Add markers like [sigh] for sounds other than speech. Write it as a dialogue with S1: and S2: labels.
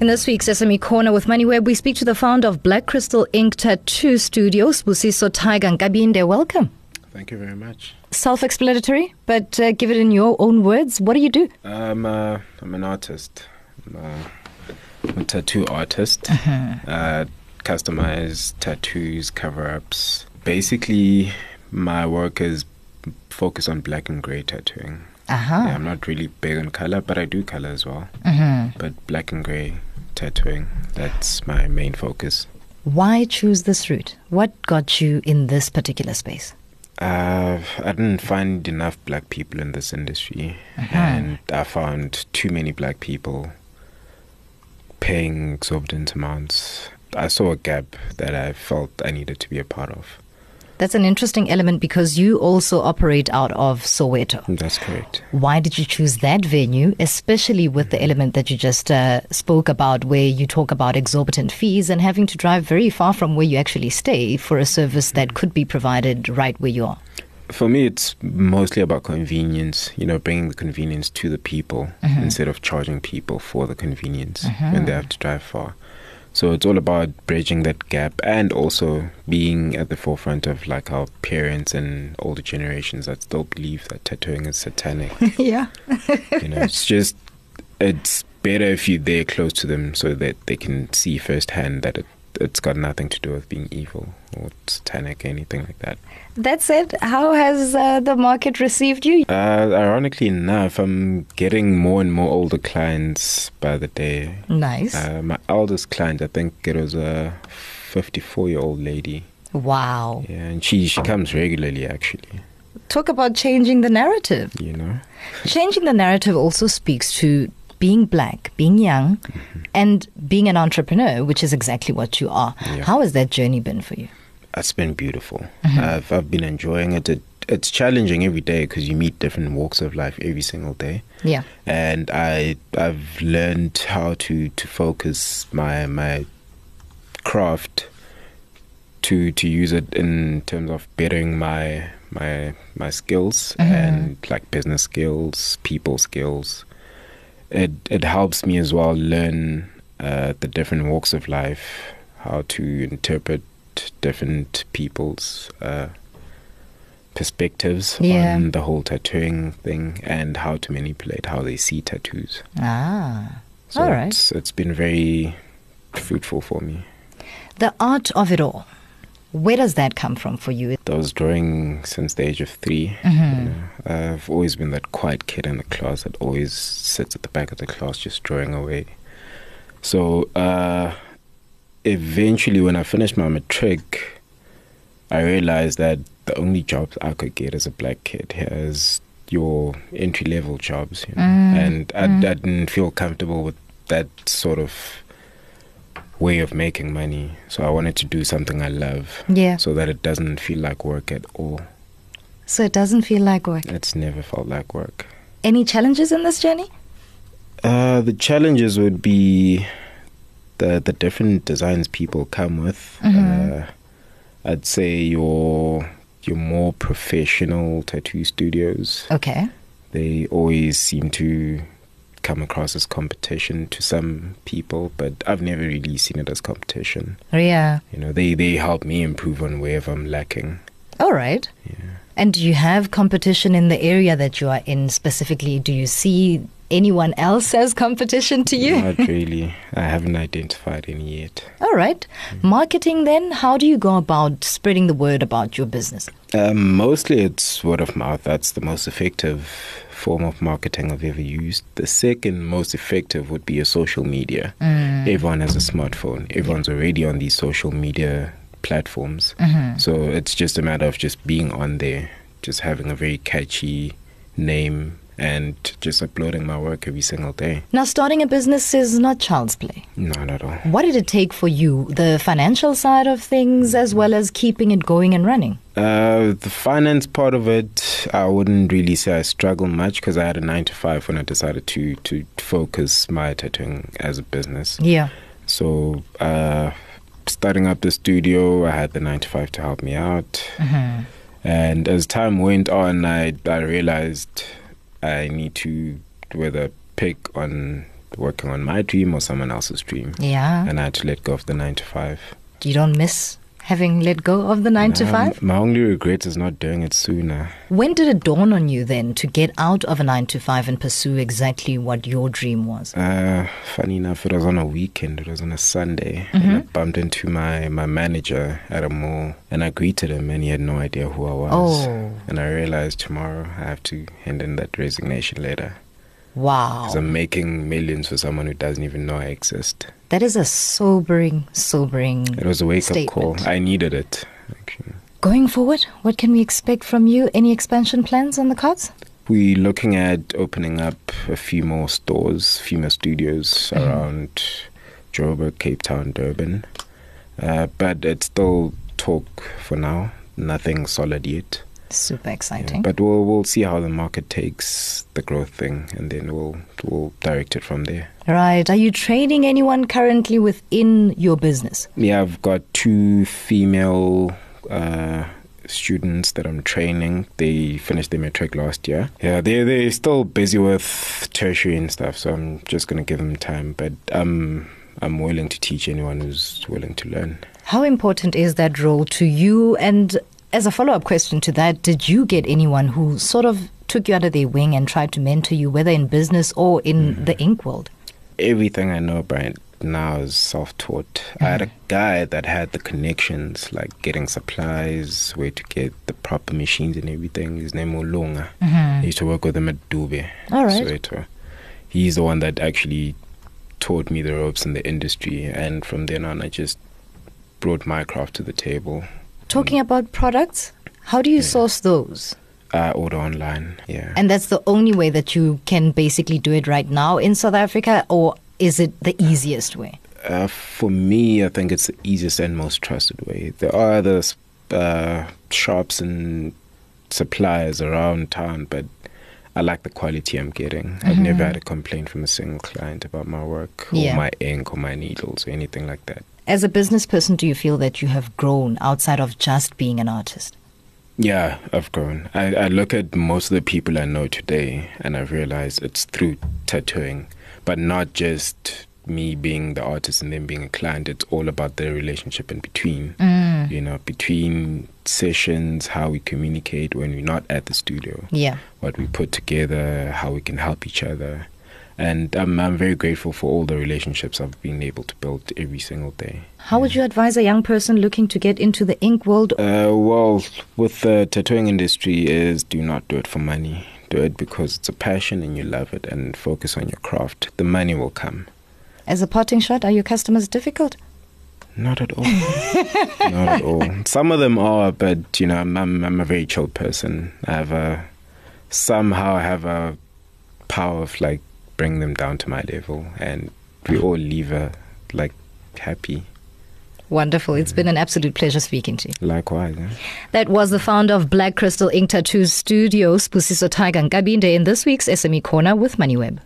S1: In this week's SME Corner with MoneyWeb, we speak to the founder of Black Crystal Ink Tattoo Studios, Busiso Tiger Nkabinde. Welcome.
S2: Thank you very much.
S1: Self explanatory, but uh, give it in your own words. What do you do?
S2: I'm, uh, I'm an artist. I'm a, a tattoo [laughs] artist. Uh, customize tattoos, cover ups. Basically, my work is focused on black and gray tattooing. Yeah,
S1: Uh-huh.
S2: I'm not really big on color, but I do color as well.
S1: Mhm.
S2: But black and gray tattooing, that's my main focus.
S1: Why choose this route? What got you in this particular space?
S2: Uh, I didn't find enough black people in this industry, and I found too many black people paying exorbitant amounts. I saw a gap that I felt I needed to be a part of.
S1: That's an interesting element because you also operate out of Soweto.
S2: That's correct.
S1: Why did you choose that venue, especially with the element that you just uh, spoke about, where you talk about exorbitant fees and having to drive very far from where you actually stay for a service that could be provided right where you are?
S2: For me, it's mostly about convenience, you know, bringing the convenience to the people instead of charging people for the convenience when they have to drive far. So it's all about bridging that gap and also being at the forefront of like our parents and older generations that still believe that tattooing is satanic.
S1: [laughs] yeah.
S2: you know, it's just, it's better if you're there close to them so that they can see firsthand that it, it's got nothing to do with being evil or satanic or anything like that.
S1: That's it. How has uh, the market received you?
S2: Uh, ironically enough, I'm getting more and more older clients by the day.
S1: Nice.
S2: Uh, my eldest client, I think it was a 54 year old lady.
S1: wow.
S2: Yeah, and she, she comes regularly, actually,
S1: Talk about changing the narrative.
S2: you know.
S1: Changing the narrative also speaks to being black, being young,
S2: Mm-hmm.
S1: and being an entrepreneur, which is exactly what you are.
S2: Yeah.
S1: How has that journey been for you?
S2: It's been beautiful. I've, I've been enjoying it. it. It's challenging every day because you meet different walks of life every single day.
S1: Yeah.
S2: and I I've learned how to to focus my my craft to to use it in terms of bettering my my my skills
S1: Mm-hmm.
S2: and like business skills, people skills. It it helps me as well learn uh, the different walks of life, how to interpret different people's uh, perspectives
S1: Yeah.
S2: on the whole tattooing thing and how to manipulate how they see tattoos.
S1: Ah.
S2: So
S1: All right.
S2: it's, it's been very fruitful for me.
S1: The art of it all. Where does that come from for you?
S2: I was drawing since the age of 3 you know. I've always been that quiet kid in the class that always sits at the back of the class just drawing away. So uh, eventually, when I finished my matric, I realized that the only jobs I could get as a black kid here is your entry level jobs, you know? and I, I didn't feel comfortable with that sort of way of making money. So I wanted to do something I love
S1: Yeah.
S2: so that it doesn't feel like work at all.
S1: So it doesn't feel like work.
S2: It's never felt like work.
S1: Any challenges in this journey?
S2: Uh, the challenges would be the the different designs people come with. Uh, I'd say your your more professional tattoo studios
S1: Okay.
S2: they always seem to come across as competition to some people, but I've never really seen it as competition.
S1: Yeah.
S2: You know, they they help me improve on where I'm lacking.
S1: All right. And do you have competition in the area that you are in specifically? Do you see anyone else as competition to you?
S2: Not really. I haven't identified any yet.
S1: All right. Marketing then, how do you go about spreading the word about your business?
S2: Um, mostly it's word of mouth. That's the most effective form of marketing I've ever used. The second most effective would be your social media. Everyone has a smartphone, everyone's already on these social media platforms. So it's just a matter of just being on there, just having a very catchy name, and just uploading my work every single day.
S1: Now, starting a business is not child's play.
S2: Not at all.
S1: What did it take for you, the financial side of things, as well as keeping it going and running?
S2: Uh, the finance part of it, I wouldn't really say I struggle much because I had a nine to five when I decided to to focus my tattooing as a business.
S1: Yeah.
S2: So, uh, starting up the studio, I had the nine to five to help me out,
S1: Mm-hmm.
S2: and as time went on, I I realized I need to whether pick on working on my dream or someone else's dream.
S1: Yeah.
S2: And I had to let go of the nine to five.
S1: you don't miss having let go of the nine to
S2: Um,
S1: five?
S2: My only regret is not doing it sooner.
S1: When did it dawn on you then to get out of a nine to five and pursue exactly what your dream was?
S2: Uh, funny enough, it was on a weekend. It was on a Sunday, and
S1: Mm-hmm.
S2: I bumped into my my manager at a mall, and I greeted him, and he had no idea who I was.
S1: Oh.
S2: And I realized tomorrow I have to hand in that resignation letter
S1: Wow.
S2: because
S1: Oh.
S2: I'm making millions for someone who doesn't even know I exist.
S1: That is a sobering, sobering.
S2: It was a wake up call.
S1: Statement.
S2: I needed it. actually.
S1: Going forward, what can we expect from you? Any expansion plans on the cards?
S2: We're looking at opening up a few more stores, few more studios around Joburg, Cape Town, Durban. Uh, but it's still talk for now, nothing solid yet.
S1: Super
S2: Yeah,
S1: exciting.
S2: But we'll we'll see how the market takes the growth thing, and then we'll we'll direct it from there.
S1: right. Are you training anyone currently within your business?
S2: Yeah, I've got two female uh, students that I'm training. They finished their metric last year. Yeah, they they're still busy with tertiary and stuff, so I'm just gonna give them time. But um, I'm willing to teach anyone who's willing to learn.
S1: How important is that role to you? And as a follow up question to that, did you get anyone who sort of took you under their wing and tried to mentor you, whether in business or in the ink world?
S2: Everything I know about now is self-taught. I had a
S1: Mm.
S2: guy that had the connections, like getting supplies, where to get the proper machines and everything. His name was Longa. I used to work with him at Dube.
S1: Mm-hmm. All right.
S2: Soweto. He's the one that actually taught me the ropes in the industry, and from then on, I just brought my craft to the table.
S1: Talking about products, how do you source those?
S2: I order online. Yeah.
S1: And that's the only way that you can basically do it right now in South Africa, or is it the easiest way?
S2: Uh, for me, I think it's the easiest and most trusted way. There are other uh, shops and suppliers around town, but I like the quality I'm getting. I've never had a complaint from a single client about my work or
S1: Yeah.
S2: my ink or my needles or anything like that.
S1: As a business person, do you feel that you have grown outside of just being an artist?
S2: Yeah, I've grown. I, I look at most of the people I know today and I've realized it's through tattooing, but not just me being the artist and them being a client. It's all about the relationship in between. You know, between sessions, how we communicate when we're not at the studio,
S1: Yeah.
S2: what we put together, how we can help each other. And I'm, I'm very grateful for all the relationships I've been able to build every single day.
S1: How would you advise a young person looking to get into the ink world?
S2: Uh, well, with the tattooing industry, is do not do it for money. Do it because it's a passion and you love it, and focus on your craft. The money will come.
S1: As a parting shot, are your customers difficult?
S2: Not at all. not at all. Some of them are, but you know, I'm, I'm I'm a very chill person. I have a somehow I have a power of like bring them down to my level, and we all leave a like happy.
S1: Wonderful. It's been an absolute pleasure speaking to you.
S2: Likewise. Eh?
S1: That was the founder of Black Crystal Ink Tattoos Studio, Spusiso Tiger Nkabinde, in this week's SME E Corner with MoneyWeb.